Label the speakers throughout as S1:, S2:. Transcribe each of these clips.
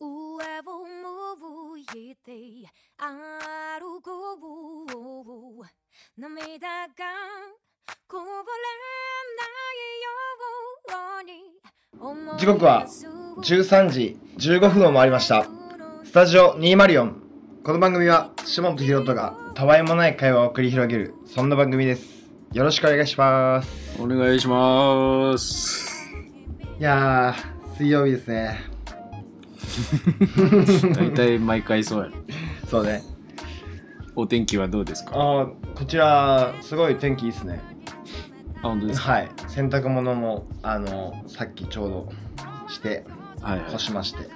S1: 上を向いて歩こう涙がこぼれないように
S2: 時刻は13時15分を回りました。スタジオ204。この番組は、下本ひろとがたわいもない会話を繰り広げる、そんな番組です。よろしくお願いします。
S3: お願い します。
S2: いやー、水曜日ですね。
S3: 大体毎回そうやろ。
S2: そうね。
S3: お天気はどうですか
S2: あーこちら、すごい天気いいですね。
S3: あ、本当ですか
S2: はい。洗濯物も、あの、さっきちょうどして、
S3: はい、はい
S2: 干。しま して。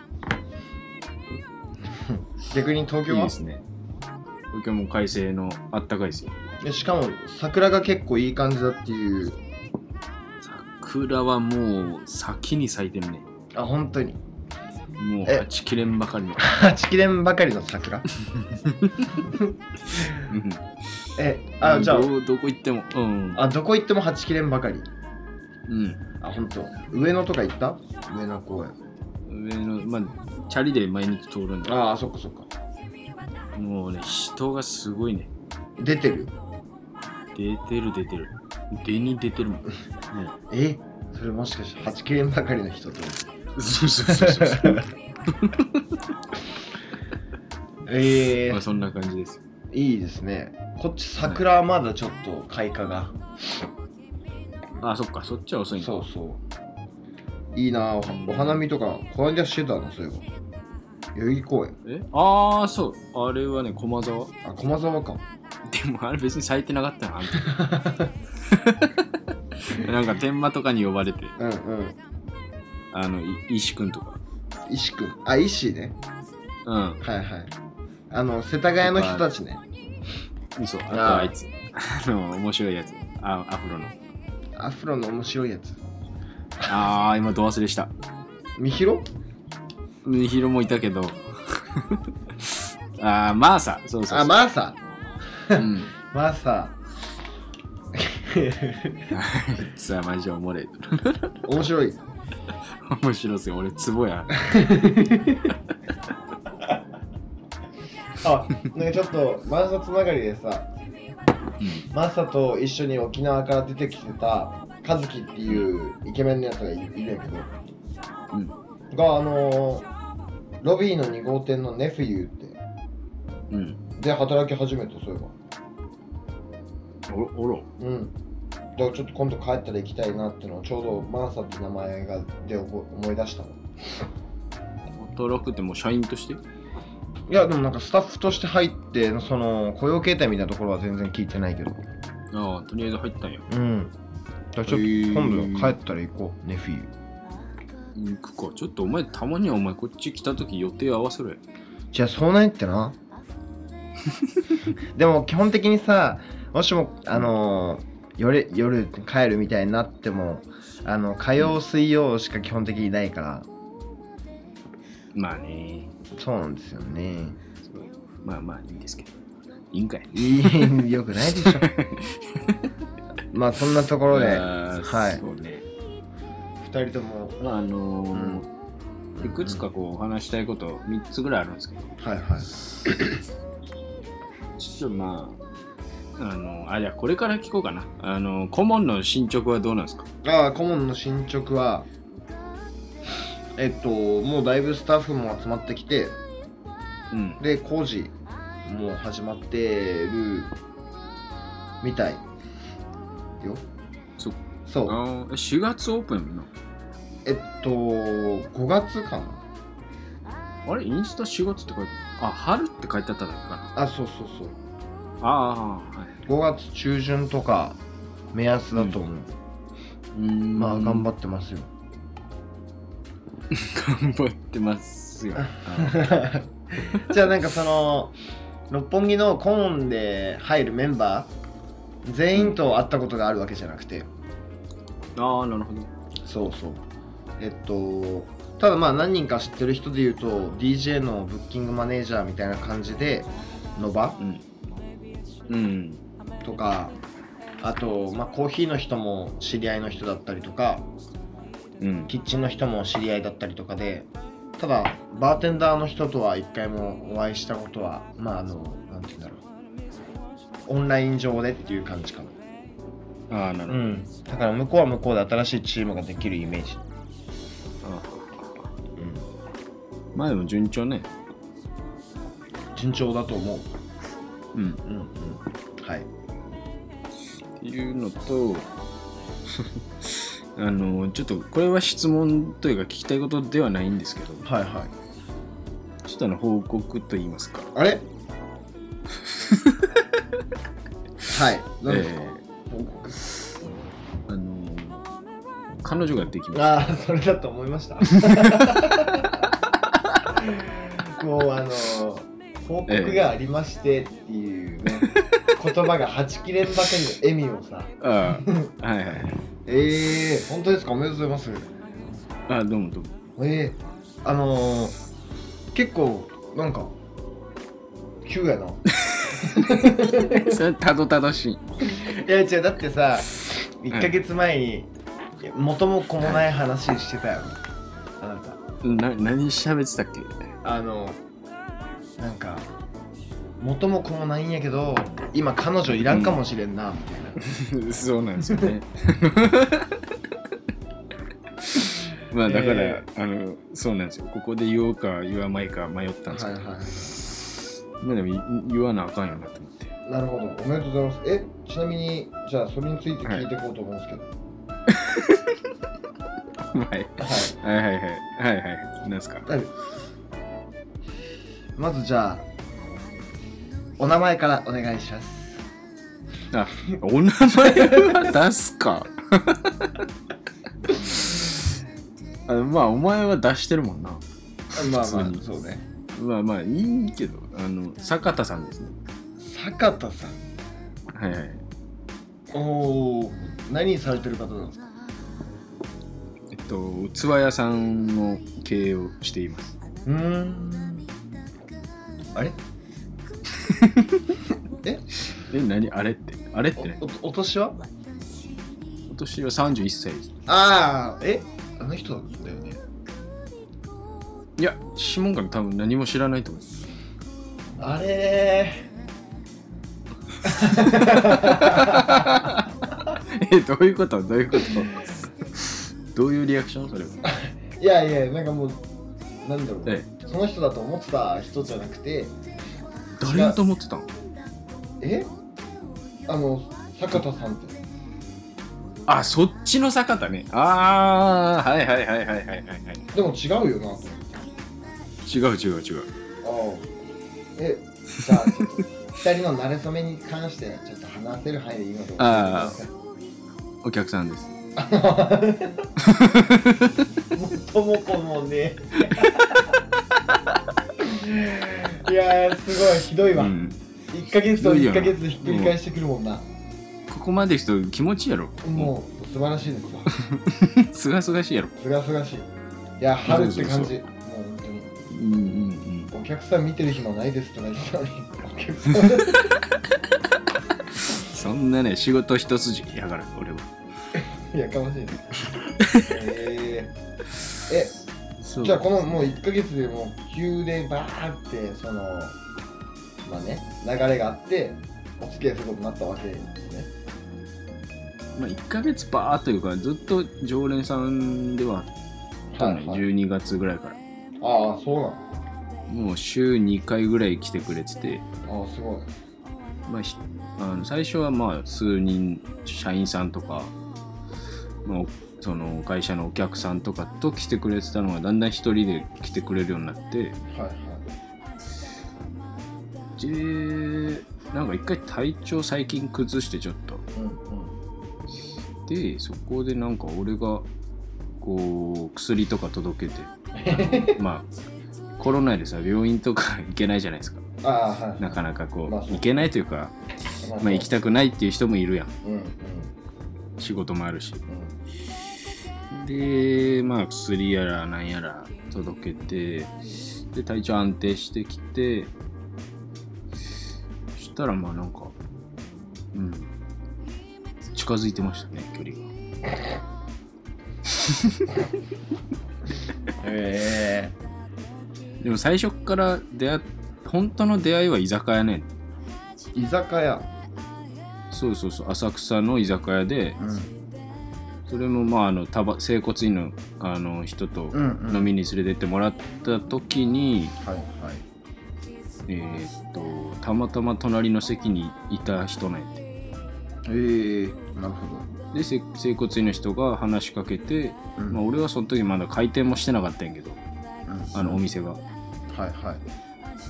S2: 逆に東京
S3: いい
S2: は
S3: ですね。東京も快晴のあったかいですよ。
S2: でしかも桜が結構いい感じだっていう
S3: 桜はもう先に咲いてるね。
S2: あ本当に
S3: もう
S2: え
S3: はちきれんばか りの。
S2: 8切れんばかりの 桜
S3: うん
S2: えあじゃ
S3: どうどこ行っても。うん。
S2: ああどこ行っても8切れんばかり
S3: うん。
S2: あ本当上野とか行った上野公園
S3: 上の、まあ、チャリで毎日通るんだけど
S2: ああそっかそっか
S3: もうね、人がすごいね。
S2: 出てる
S3: 出てる出てる。出に出て るもん。ね、
S2: えそれもしかして8切れんばかりの 人と
S3: そうそうそ うそう。
S2: ええ
S3: まあ、そんな感じです。
S2: いいですねこっち桜はまだちょっと開花が、
S3: あそっか、そっちは遅いんだ。
S2: そうそういいなあおお花見とかこの間してたのそういえば代々木公園
S3: えああ、そう。あれはね、駒沢。
S2: あ駒沢か
S3: でも、あれ別に咲いてなかったな、あん たなんか、天満とかに呼ばれて、
S2: うんうん
S3: あの、い石君とか。
S2: 石君あ石ね
S3: う
S2: はいはいあの世田谷の人たちね
S3: ん、嘘。あと
S2: あー
S3: あいつ。あの、面白いやつ。あアフロの。
S2: アフロの面白いやつ
S3: ああ、今、ど忘れした。
S2: みひろ
S3: みひろもいたけど。 ああ、マーサ。そうそうそう。
S2: あマーサ
S3: うん。
S2: マーサ
S3: あい つはマジでおもれえ。
S2: 面白い
S3: 面白いすよ。俺、ツボや。
S2: あなんかちょっとマーサつながりでさ
S3: うん。
S2: マーサと一緒に沖縄から出てきてたカズキっていうイケメンのやつがいいるんやけど
S3: うん。
S2: があのーロビーの2号店のネフィユーって
S3: うん。
S2: で働き始めたそういえば
S3: おろ、おろ。
S2: うん。だからちょっと今度帰ったら行きたいなってのをちょうどマーサって名前がで思思い出したの。
S3: 働くってもう社員として
S2: いやでもなんかスタッフとして入ってその雇用形態みたいなところは全然聞いてないけど。
S3: ああ、とりあえず入ったんや。
S2: うん。だからちょっと
S3: へー
S2: 今度帰ったら行こう、ネフィー。
S3: 行くか。ちょっとお前、たまにはお前、こっち来たとき予定合わせろよ。
S2: じゃあそうないって な。でも基本的にさ、もしもあのー夜夜帰るみたいになってもあの火曜水曜しか基本的にないから、
S3: まあね。
S2: そうなんですよね。
S3: まあまあ、いいんですけど。いいんかい。
S2: いいよくない でしょまあそんなところで
S3: あー
S2: はい
S3: そうね。
S2: 2人とも
S3: まあ、あのーいくつかこう、お話したいこと、3つぐらいあるんですけど、
S2: はいはい
S3: ちょっとまあ、あのーあ、じゃあこれから聞こうかな。あのー顧問の進捗はどうなんですか
S2: ああ顧問の進捗はえっともうだいぶスタッフも集まってきて
S3: うん。
S2: で工事もう始まってるみたいよ
S3: そあ
S2: そう
S3: ーえ4月オープンの。
S2: えっと5月かな
S3: あれインスタ4月って書いてある。あ、春って書いてあっただけかな。
S2: あそうそうそう
S3: ああー、は
S2: 5
S3: い。
S2: 月中旬とか目安だと思う、
S3: うーん
S2: まあ頑張ってますよ
S3: 頑張ってま すよ。
S2: じゃあなんかその六本木の顧問で入るメンバー全員と会ったことがあるわけじゃなくて
S3: ああ、なるほど。
S2: そうそうえっとただまあ何人か知ってる人で言うと DJ のブッキングマネージャーみたいな感じでノバ
S3: うん。うん。
S2: とかあと、まあ、コーヒーの人も知り合いの人だったりとか
S3: うん。
S2: キッチンの人も知り合いだったりとかでただバーテンダーの人とは一回もお会いしたことはまああのなんて言うんだろうオンライン上でっていう感じかも
S3: ああ、なる
S2: う
S3: ほど。
S2: んだから向こうは向こうで新しいチームができるイメージ
S3: あ
S2: うん
S3: ーまあでも順調ね。
S2: 順調だと思う
S3: うん。
S2: うんうんはい
S3: っていうのと あのちょっとこれは質問というか聞きたいことではないんですけど
S2: はいはい
S3: ちょっとあの報告といいますか
S2: あ れはい何ですか、
S3: え
S2: 報告
S3: ーあの彼女ができました
S2: ああそれだと思いま したもうあの報告がありましてっていうね、言葉がはちきれんばかりの笑みをさ
S3: ああはいはい
S2: ええー、本当ですかおめでとうございます
S3: あどうもどうも
S2: ええあのー、結構なんか急やな い
S3: それたどたどしい
S2: や違うだってさ1ヶ月前に、元も子もない話してたよねあなた
S3: な何喋ってたっけ
S2: あのなんか元も子もないんやけど今彼女いらんかもしれんなみたいな、
S3: そうなんですよね。 まあだから、
S2: え
S3: あのそうなんですよ。ここで言おうか言わないか迷ったんです けど、まあでもい言わなあかんよなと思って。
S2: なるほどおめでとうございますえちなみにじゃあそれについて聞いていこうと思うんですけど、
S3: はい
S2: はい
S3: はいはいはいはいはい。なんすか。
S2: はい、まずじゃあお名前からお願いします
S3: あお名前は出す か。あまあお前は出してるもんな。
S2: まあ
S3: 普通
S2: まあ
S3: に
S2: そうね
S3: まあまあいいけどあの坂田さんですね。
S2: 坂田さん
S3: はいはい。
S2: おお何されてる方なんですか
S3: えっと器屋さんの経営をしています。
S2: うーんあ れ
S3: え、何あれってあれってね。
S2: おおお年は
S3: 今年は31歳です。
S2: ああえあの人なんだよね
S3: いや、指紋から多分何も知らないと思う。
S2: あれ
S3: え、どういうことどういうこと どういうリアクションそれは。
S2: ーいやいやなんかもうなんだろう、
S3: え
S2: その人だと思ってた人じゃなくて
S3: え、誰だと思ってたの
S2: えあの坂田さんって
S3: あ、そっちの坂田ね。あー、はいはいはいはいはいはい。はい
S2: でも違うよなと
S3: 違う違う違う。
S2: 思ってああえじゃあちょっと二人の馴れ初めに関してちょっと話せる範囲でいいので
S3: あお客さんです。
S2: ともこもね いやーすごいひどいうわ、
S3: ん。
S2: 1ヶ月と
S3: いいよ
S2: 1ヶ月でひっくり返してくるもんな、
S3: ここまで人気持ちいいやろ。
S2: もう素晴らしいですわ
S3: うん。 すがすがしいやろ。
S2: すがすがしいいや春って感
S3: そ
S2: じもう本当に
S3: うんうんうん。
S2: お客さん見てる暇ないですとか言ってたのにお客さん
S3: そんなね、仕事一筋やから、俺は。
S2: いやかましいねえーえ
S3: そ
S2: じゃあこのもう1ヶ月でもう急でバーってそのまあね流れがあってお付き合いすることになったわけですね
S3: まあ、1ヶ月ばーっというかずっと常連さんではあったのよ、
S2: はい
S3: 12月ぐらいから
S2: ああそうな
S3: もう週2回ぐらい来てくれてて、
S2: のああすごい
S3: まあ、ひあの最初はまあ数人社員さんとか、まあ、その会社のお客さんとかと来てくれてたのがだんだん1人で来てくれるようになっ
S2: は
S3: て
S2: いはい
S3: でなんか一回体調最近崩してちょっと
S2: うんうん
S3: でそこでなんか俺がこう薬とか届けて あのまあコロナでさ病院とか行けないじゃないですか
S2: ああはい
S3: なかなかこう、
S2: まあそう
S3: 行けないというか、
S2: ま
S3: まあ、行きたくないっていう人もいるやん
S2: うんうん
S3: 仕事もあるし
S2: うん
S3: でまあ薬やらなんやら届けてで体調安定してきてそしたらまあなんかうん近づいてましたね距離が。
S2: へえ
S3: でも最初っから出会っ本当の出会いは居酒屋ね
S2: 居酒屋
S3: そうそうそう浅草の居酒屋で
S2: うん
S3: それもまああのたば整骨院のあの人と
S2: うんうん
S3: 飲みに連れてってもらった時に、
S2: はいはい
S3: えーっとたまたま隣の席にいた人ね
S2: ええなるほ
S3: でせ整骨院の人が話しかけて、
S2: ど、うん
S3: まあ、俺はその時まだ開店もしてなかったんやけど
S2: うん
S3: あのお店が
S2: はいはい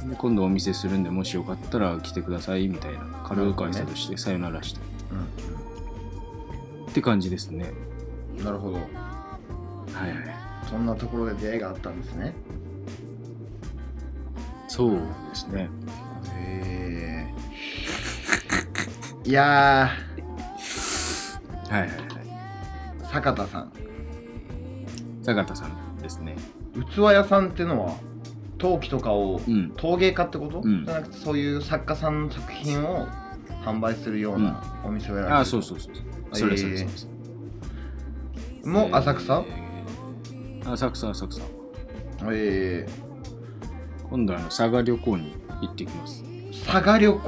S3: で今度お店するんでもしよかったら来てくださいみたいな軽く挨拶してさよならして
S2: う
S3: って感じですね
S2: んうんなるほど
S3: はいはい
S2: そんなところで出会いがあったんですね
S3: そうですね
S2: へえいや
S3: はいはいはい
S2: ー坂田さん
S3: 坂田さんですね
S2: 器屋さんってのは陶器とかを
S3: うん
S2: 陶芸家ってこと、
S3: うん
S2: じゃなくてそういう作家さんの作品を販売するようなお店をやられてる
S3: あそうそうそうそれそれそれそれ
S2: もう浅草
S3: えー浅草浅草
S2: ええ
S3: 今度はあの佐賀旅行に行ってきます
S2: 佐賀旅 行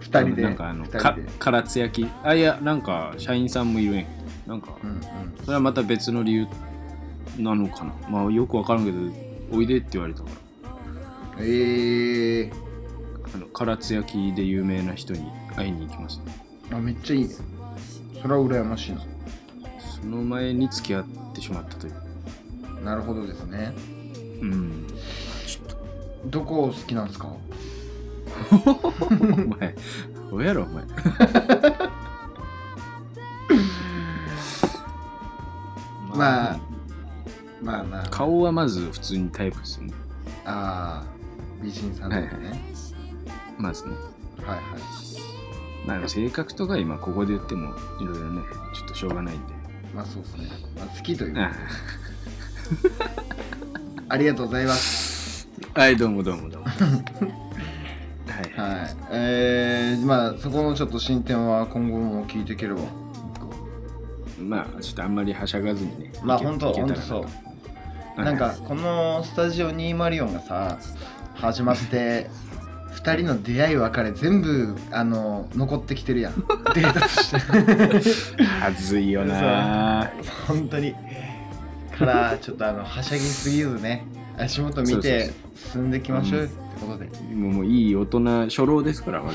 S2: 二人で
S3: なんかあの
S2: 二人
S3: か
S2: で
S3: 唐津焼きあいやなんか社員さんもいるんやなんか
S2: うんうん
S3: それはまた別の理由なのかなまあよくわからんけどおいでって言われたから
S2: ええ
S3: あの唐津焼きで有名な人に会いに行きます
S2: あめっちゃいいねそれは羨ましいな
S3: その前に付き合ってしまったという
S2: なるほどですね
S3: うんちょっと
S2: どこ好きなんですか
S3: お前、おやろ、お 前。
S2: まあまあまあ
S3: 顔はまず普通にタイプですね。
S2: あー美人さんとかね
S3: まずね。
S2: はいはい
S3: まあ、性格とか今ここで言ってもいろいろね、ちょっとしょうがないんで。
S2: まあそうですね、まあ、好きという
S3: あ
S2: ありがとうございます
S3: あ はい、どうもどうもどうも。 はい。
S2: はいえー、まあそこのちょっと進展は今後も聞いていければ
S3: まあ、ちょっとあんまりはしゃがずにね。
S2: まあ
S3: いけ
S2: ほんと
S3: いけたら
S2: ほんとそう
S3: はい
S2: なんかこのスタジオ204がさ始まって2人の出会い別れ全部あの残ってきてるやんデータとして
S3: はずいよな。
S2: 本当にからちょっとあのはしゃぎすぎずね足元見て
S3: そう
S2: 進んでいきましょうってことで
S3: もうもういい大人、初老ですから、我々。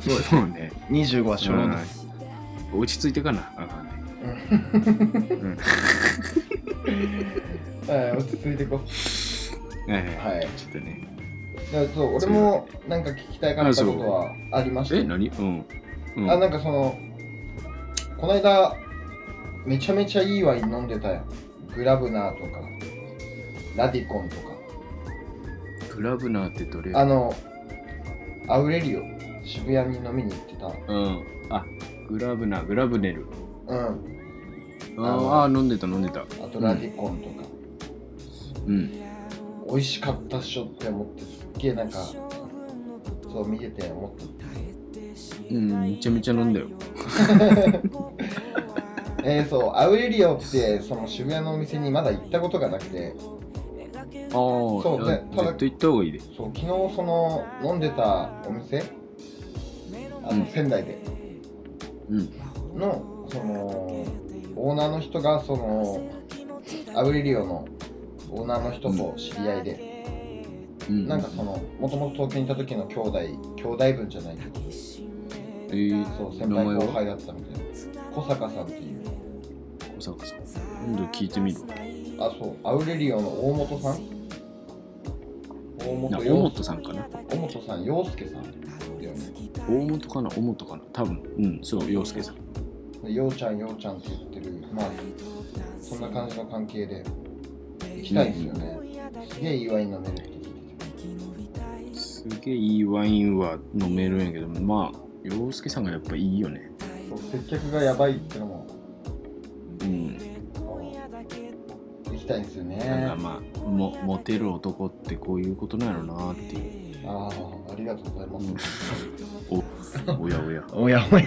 S2: そうです
S3: もうね。
S2: 25は初老です
S3: うん落ち着いてかなあかんねうん
S2: はい落ち着いていこう
S3: はいはい
S2: はい
S3: ちょっとね
S2: だからそう俺もなんか聞きたいかったことはありまし
S3: え
S2: た
S3: 何うんうん
S2: あなんかそのこの間めちゃめちゃいいワイン飲んでたやんグラブナーとかラディコンとか
S3: グラブナーってどれ
S2: あのアウレリオ渋谷に飲みに行ってた
S3: うんあグラブナーグラブネル
S2: うん
S3: ああー飲んでた飲んでた
S2: あとラディコンとか、
S3: うん
S2: 美味しかったっしょって思ってすっげえなんかそう見てて思っ
S3: うんめちゃめちゃ飲んだよ
S2: たえー、そうアウレリオってその渋谷のお店にまだ行ったことがなくて
S3: ああ
S2: そうねただ
S3: 絶対行った方がいいで
S2: そう昨日その飲んでたお店あ
S3: うん
S2: の仙台で
S3: うん
S2: のそのオーナーの人がそのアウレリオのオーナーの人と知り合いで、
S3: うん
S2: なんかそのもともと東京にいた時の兄弟兄弟分じゃないけど
S3: えー
S2: そう先
S3: 名
S2: 輩
S3: 前
S2: 後輩
S3: は
S2: だったみたいな小坂さんっていう
S3: 小坂さん今度聞いてみるわ
S2: あそうアウレリオの大本さん大
S3: な
S2: 本
S3: 大
S2: 洋
S3: 本さんかな
S2: 大本さん洋介さんだよね
S3: 大本かな大本かな多分うんそう陽介さん
S2: ようちゃんようちゃんって言ってるまあそんな感じの関係で行きたいんですよね、すげえいいワイン飲めるって聞いて
S3: すげえいいワインは飲めるんやけどまあ洋介さんがやっぱいいよね
S2: てそう接客がやばいってのも
S3: うん
S2: 行きたいんですよ
S3: なん
S2: ね
S3: かまあもモテる男ってこういうことなのなっていう
S2: ああありがとうございます、
S3: おおやおや
S2: おやおや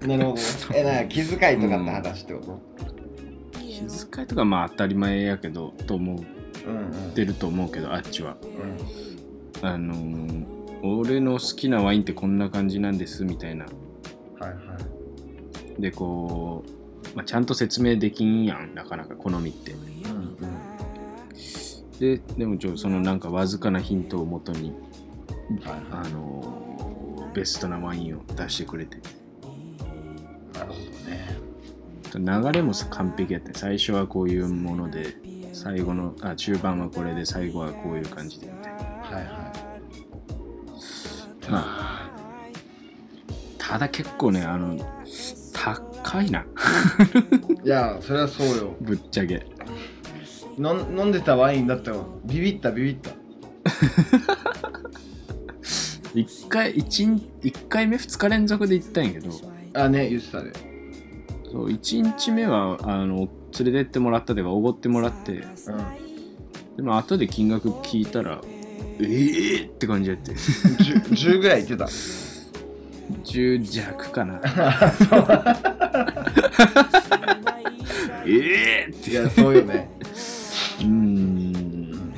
S2: なるほどねえなん遣い気遣いとかって話ってこと、
S3: 気遣いとかまあ当たり前やけどと思
S2: うん、うん
S3: ってると思うけどあっちは
S2: うん
S3: あのー俺の好きなワインってこんな感じなんですみたいな
S2: はいはい
S3: でこう、まあ、ちゃんと説明できんやんなかなか好みって
S2: うん
S3: ででもちょそのなんかわずかなヒントをもとに
S2: うんはい
S3: あ
S2: は
S3: のーベストなワインを出してくれて
S2: いなるほどね
S3: 流れもさ完璧やった最初はこういうもので最後のあ中盤はこれで最後はこういう感じでみたいな
S2: はいは
S3: まあただ結構ねあの高いな
S2: いいやそれはそうよ
S3: ぶっちゃけ
S2: のん飲んでたワインだったよビビったビビった
S3: 1回一日一回目2日連続で行ったんやけど
S2: あね言って たで
S3: そう1日目はあの連れてってもらったというかおごってもらって
S2: う
S3: でも後で金額聞いたらえー、って感じやって
S2: ん 10, 10ぐらい言ってた
S3: 10弱かなええ
S2: いやそうよね
S3: うーん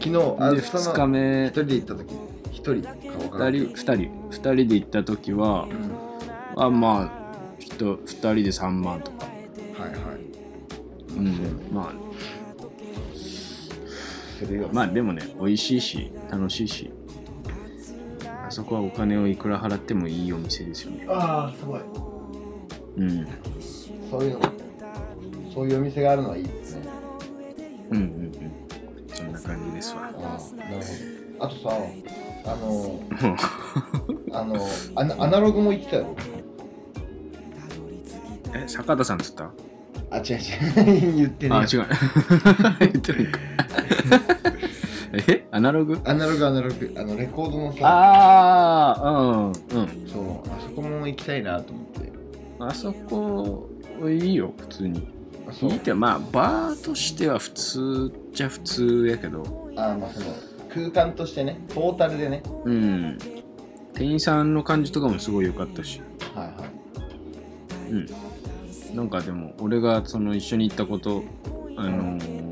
S2: 昨日あ
S3: で
S2: その
S3: 2日目
S2: 一人で行った時一人か分から
S3: 2
S2: ん
S3: 人2人2人で行った時は
S2: うん
S3: あまあ人2人で3万とか
S2: はいはい
S3: うんまあ
S2: するよ
S3: まあでもね美味しいし楽しいしあそこはお金をいくら払ってもいいお店ですよね
S2: ああすごい
S3: うん
S2: そういうのそういうお店があるのはいいですね
S3: うんうんうんそんな感じですわ
S2: ああなるほどあとさあの
S3: うん
S2: あのアナアナログも言ってたよ
S3: え坂田さんっつった
S2: あ違う違う 言ってね
S3: あ
S2: え
S3: 違う 言ってないかえアナログ
S2: アナログアナログあのレコードのさ
S3: ああうんうん
S2: そうあそこも行きたいなと思って
S3: あそこいいよ普通に
S2: あそ
S3: いういってまあバーとしては普通っちゃ普通やけど
S2: あまあその空間としてねトータルでね
S3: うん店員さんの感じとかもすごい良かったし
S2: はいはい
S3: うんなんかでも俺がその一緒に行ったことあのー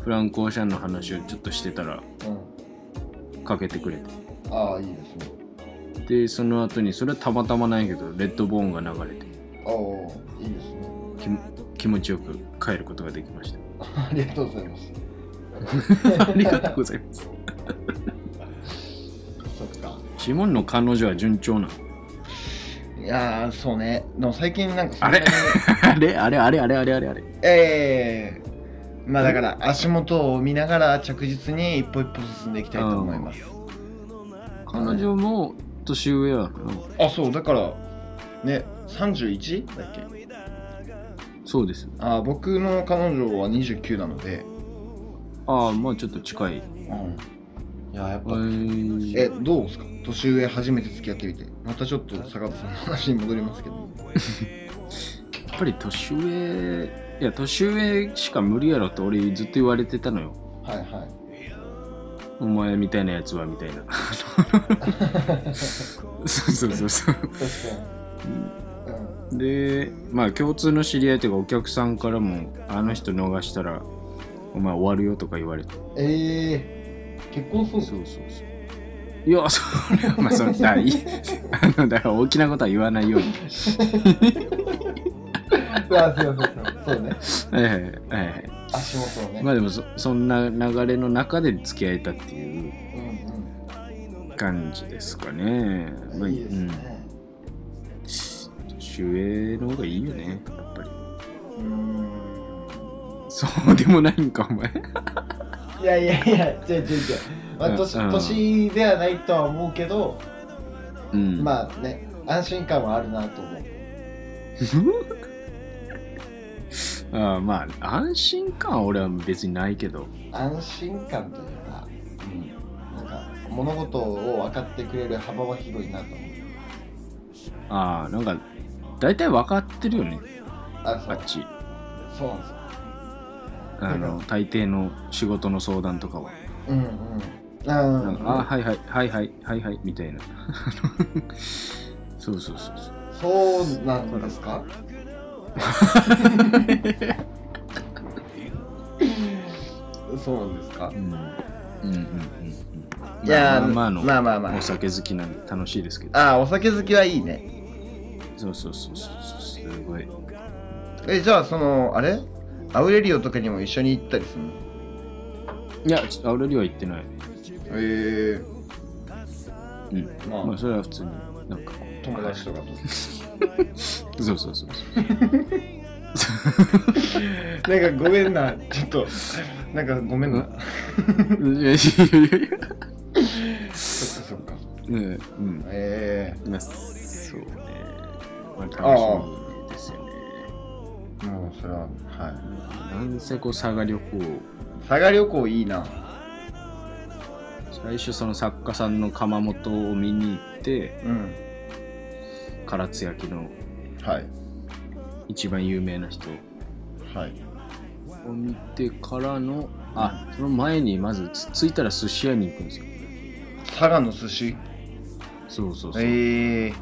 S3: フランコ・オーシャンの話をちょっとしてたら
S2: うん
S3: かけてくれて
S2: ああいいですね
S3: でその後にそれはたまたまないけどレッドボーンが流れて
S2: ああいいですね
S3: き気持ちよく帰ることができまし
S2: ありがとうございます
S3: たありがとうございます
S2: そっか
S3: シモンの彼女は順調なの
S2: いやーそうねでも最近なんかそん
S3: あ
S2: な
S3: れ
S2: に
S3: あれあれあれあれあれあれあれ
S2: ええまあだから足元を見ながら着実に一歩一歩進んでいきたいと思います
S3: 彼女も年上やな
S2: あそうだからね 31? だっけ
S3: そうです
S2: あ僕の彼女は29なので
S3: ああまあちょっと近い、
S2: うんいややっ
S3: え
S2: ぱ
S3: ー
S2: えどうですか年上初めて付き合ってみてまたちょっと坂田さんの話に戻りますけど
S3: やっぱり年上いや年上しか無理やろって俺ずっと言われてたのよ
S2: はいはい
S3: お前みたいなやつはみたいな そうそうそうそう
S2: 確かに
S3: でまあ共通の知り合いというかお客さんからもあの人逃したらお前終わるよとか言われて
S2: うんええ結婚す
S3: そう
S2: る
S3: そうそういやそれはまあそれだいあのだから大きなことは言わないように
S2: あそうそうそうそうね
S3: ええええ
S2: 足元をね、
S3: まあでもそそんな流れの中で付き合えたってい
S2: う
S3: う
S2: んうん
S3: 感じですかね。まあ
S2: いいですね、
S3: うん、年上の方がいいよね、やっぱり。
S2: うーん
S3: そうでもないんか、お前。
S2: いやいやいや、違う違う違う。まあ、年
S3: うん
S2: 年ではないとは思うけど、
S3: うん。あ。
S2: まあね、安心感はあるなと思う。
S3: あまあ、安心感は俺は別にないけど。
S2: 安心感というか、なんか物事を分かってくれる幅は広いなと思う。
S3: ああ、なんか、大体分かってるよね、
S2: あ、そ
S3: あ
S2: う
S3: っ、ち。
S2: そうなんですよ。
S3: あの、大抵の仕事の相談とかは。
S2: うんうん。あうん
S3: なんかああ、はいはい、はいはい、はいはい、みたいな。そうそうそうそう。
S2: そうなんですか そうなんですか
S3: うんうんうんうんうん
S2: いやー
S3: まあまあ
S2: まあ
S3: の
S2: まあまあ
S3: お酒好きなんで楽しいですけど
S2: ああお酒好きはいいね
S3: そうそうそうそうそうすごい
S2: えじゃあそのあれアウレリオとかにも一緒に行ったりするの
S3: いやちアウレリは行ってない
S2: え
S3: うん
S2: えまあ、
S3: まあそれは普通になんかこう
S2: 友達とかと
S3: そうそうそうそう
S2: なんかごめんな ちょっとなんかごめんな
S3: うんいやいやいやいや
S2: そっかそっか
S3: うんうん
S2: え
S3: まあそうねまあ楽しみですよね
S2: えもうそれはは
S3: なんせこう佐賀旅行
S2: い佐賀旅行いいな
S3: 最初その作家さんの窯元を見に行って
S2: うん
S3: 唐津焼きの
S2: はい
S3: 一番有名な人
S2: はい
S3: を見てからのあその前にまずつ着いたら寿司屋に行くんですよ
S2: 佐賀の寿司
S3: そうそうそう、
S2: ええ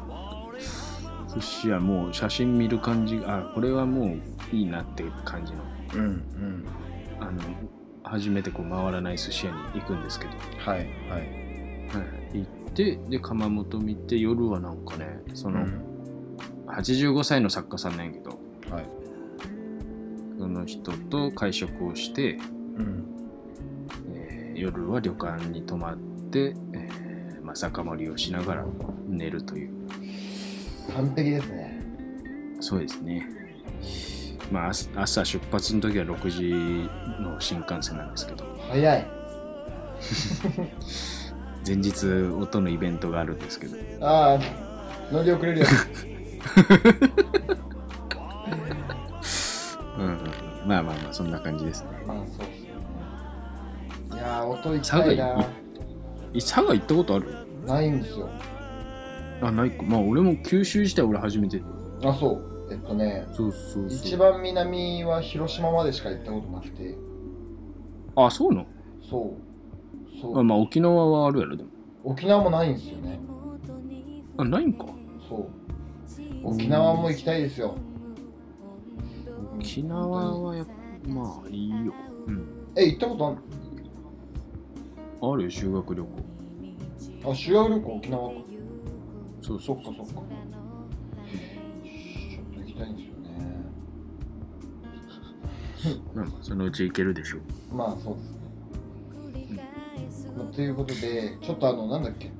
S3: 寿司屋もう写真見る感じあこれはもういいなって感じの
S2: うんうん
S3: あの初めてこう回らない寿司屋に行くんですけど、
S2: はいはい
S3: はい、行ってで窯元見て夜はなんかねそうの、
S2: ん
S3: 85歳の作家さんなんやけど
S2: はい
S3: その人と会食をして、
S2: うん
S3: えー夜は旅館に泊まって、えーまあ、酒盛りをしながら寝るという
S2: 完璧ですね
S3: そうですねまあ朝朝出発の時は6時の新幹線なんですけど
S2: 早い
S3: 前日音のイベントがあるんですけど
S2: ああ乗り遅れるやつ
S3: うんうんうんまあまあまあそんな感じですね
S2: まあそうっすよねいやー音行き
S3: 佐賀行い佐賀行ったことある
S2: ないんですよ
S3: あないかまあ俺も九州自体俺初めて
S2: あそうえっとね
S3: そうそうそう
S2: 一番南は広島までしか行ったことなくて
S3: あそうな
S2: そうそ
S3: のあ
S2: う
S3: まあ沖縄はあるやろでも
S2: 沖縄もないんですよね
S3: あないんか
S2: そう沖縄も行きたいですよ
S3: 沖縄はやっぱまあいいようん
S2: え行ったことあ
S3: あるよ修学旅行
S2: るあ修学旅行沖縄か
S3: そう
S2: そ
S3: そう
S2: っかそっかちょっと行きたいんですよね
S3: まあまあそのうち行けるでしょう
S2: まあそうですね、まあということでちょっとあのなんだっけ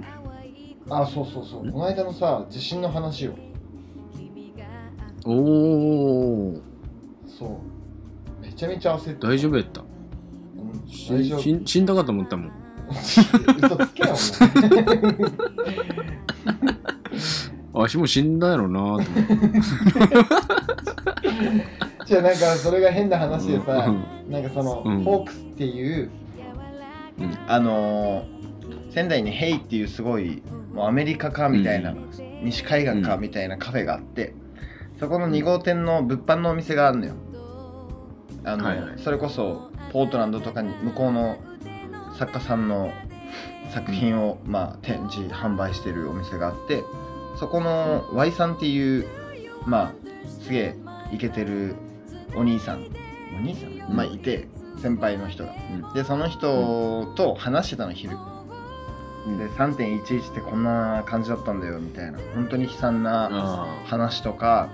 S2: あそうそうそうこの間のさ地震の話を
S3: おお
S2: そうめちゃめちゃ焦って
S3: 大丈夫やった
S2: うん
S3: し
S2: 大丈夫
S3: し死んだかと思ったもん
S2: 嘘つけよお前
S3: あしも死んだやろなと思って
S2: じゃあなんかそれが変な話でさ、
S3: う
S2: なんかその、
S3: うん
S2: ホークスっていう、
S3: うん
S2: あのー仙台に「ヘイっていうすごいもうアメリカかみたいな、
S3: う
S2: 西海岸か
S3: うん
S2: みたいなカフェがあって、そこの2号店の物販のお店があるのよあの、
S3: はいはい
S2: それこそポートランドとかに向こうの作家さんの作品を、まあ、展示販売してるお店があってそこの Y さんっていうまあすげえイケてるお兄さんお兄さん、
S3: ん
S2: まあいて先輩の人が
S3: うん
S2: でその人と話してたの昼
S3: うん
S2: で3.11ってこんな感じだったんだよみたいな本当に悲惨な
S3: あ
S2: 話とか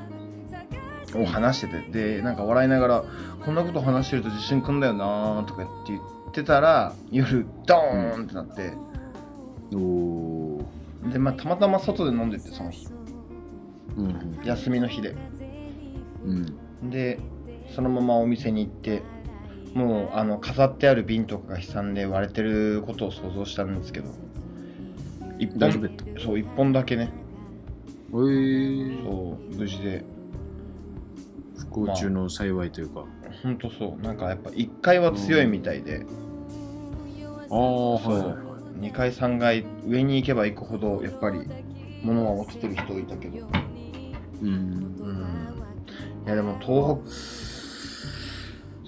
S2: を話しててでなんか笑いながらこんなこと話してると地震来んだよなーとかって言ってたら夜ドーンってなって
S3: ーおー
S2: でまあたまたま外で飲んでてその日
S3: うん
S2: 休みの日で
S3: うん
S2: でそのままお店に行ってもうあの飾ってある瓶とかが飛散で割れてることを想像したんですけど一本
S3: 大丈夫やったえ
S2: そう一本だけね
S3: ー、
S2: そう無事で
S3: 不幸中の幸いというか、
S2: ほんとそうなんかやっぱ1階は強いみたいで、
S3: ああ
S2: そう
S3: はいはいはい
S2: 2階3階上に行けば行くほどやっぱり物は落ちてる人いたけど
S3: う
S2: う
S3: ん
S2: んいやでも東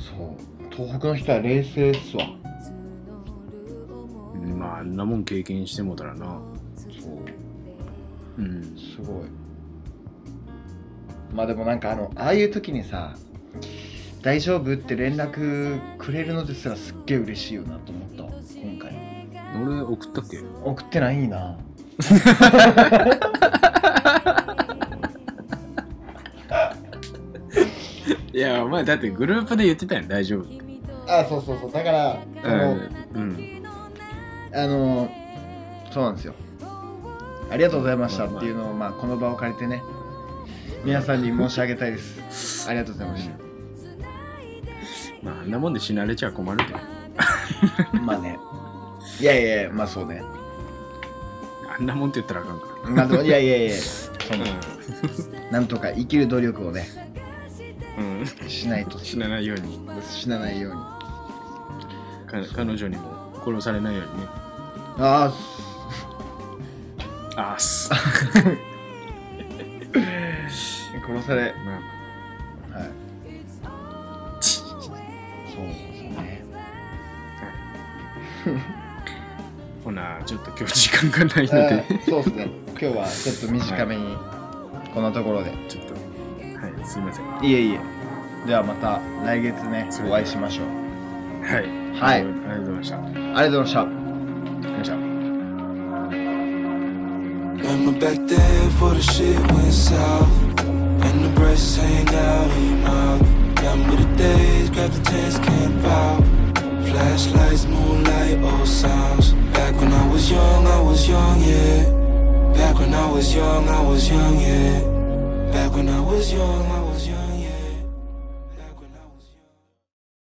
S2: 北そう東北の人は冷静っすわ
S3: まああんなもん経験してもたらな
S2: そう
S3: うん
S2: すごいまあでもなんかあのああいう時にさ「大丈夫?」って連絡くれるのですらすっげえ嬉しいよなと思ったわ今回
S3: 俺送ったっけ
S2: 送ってないな
S3: うんいやお前だってグループで言ってたやん大丈夫って
S2: あそうそうそうだからその、
S3: うん
S2: あのそうなんですよありがとうございましたっていうのを、まあ、この場を借りてね皆さんに申し上げたいですありがとうございまし
S3: まああんなもんで死なれちゃ困るけど
S2: たまあねいやいやいやまあそうね
S3: あんなもんって言ったらあかんか
S2: まあ でもいやいやいやそのなんとか生きる努力をね
S3: らうん
S2: しないと
S3: 死なないように
S2: 死なないように
S3: か彼女にも殺されないようにね
S2: ああ
S3: あーす
S2: 殺され
S3: まあ
S2: はい そうですね
S3: ほなちょっと今日時間がないの
S2: あ
S3: で
S2: ー そうですね今日はちょっと短めにこんなところで、、
S3: ちょっとはいすいませんはい
S2: いえいえではまた来月ね
S3: そ
S2: お
S3: れでは
S2: 会いしましょう
S3: い
S2: はい
S3: ありがとうございましたありがと
S2: ありがとうございました
S3: うございました
S4: Remember back then before the shit went south And the braces hang out in your mouth Remember the days, grab the tents, camp out Flashlights, moonlight, old sounds Back when I was young, I was young, yeah Back when I was young, I was young, yeah Back when I was young, I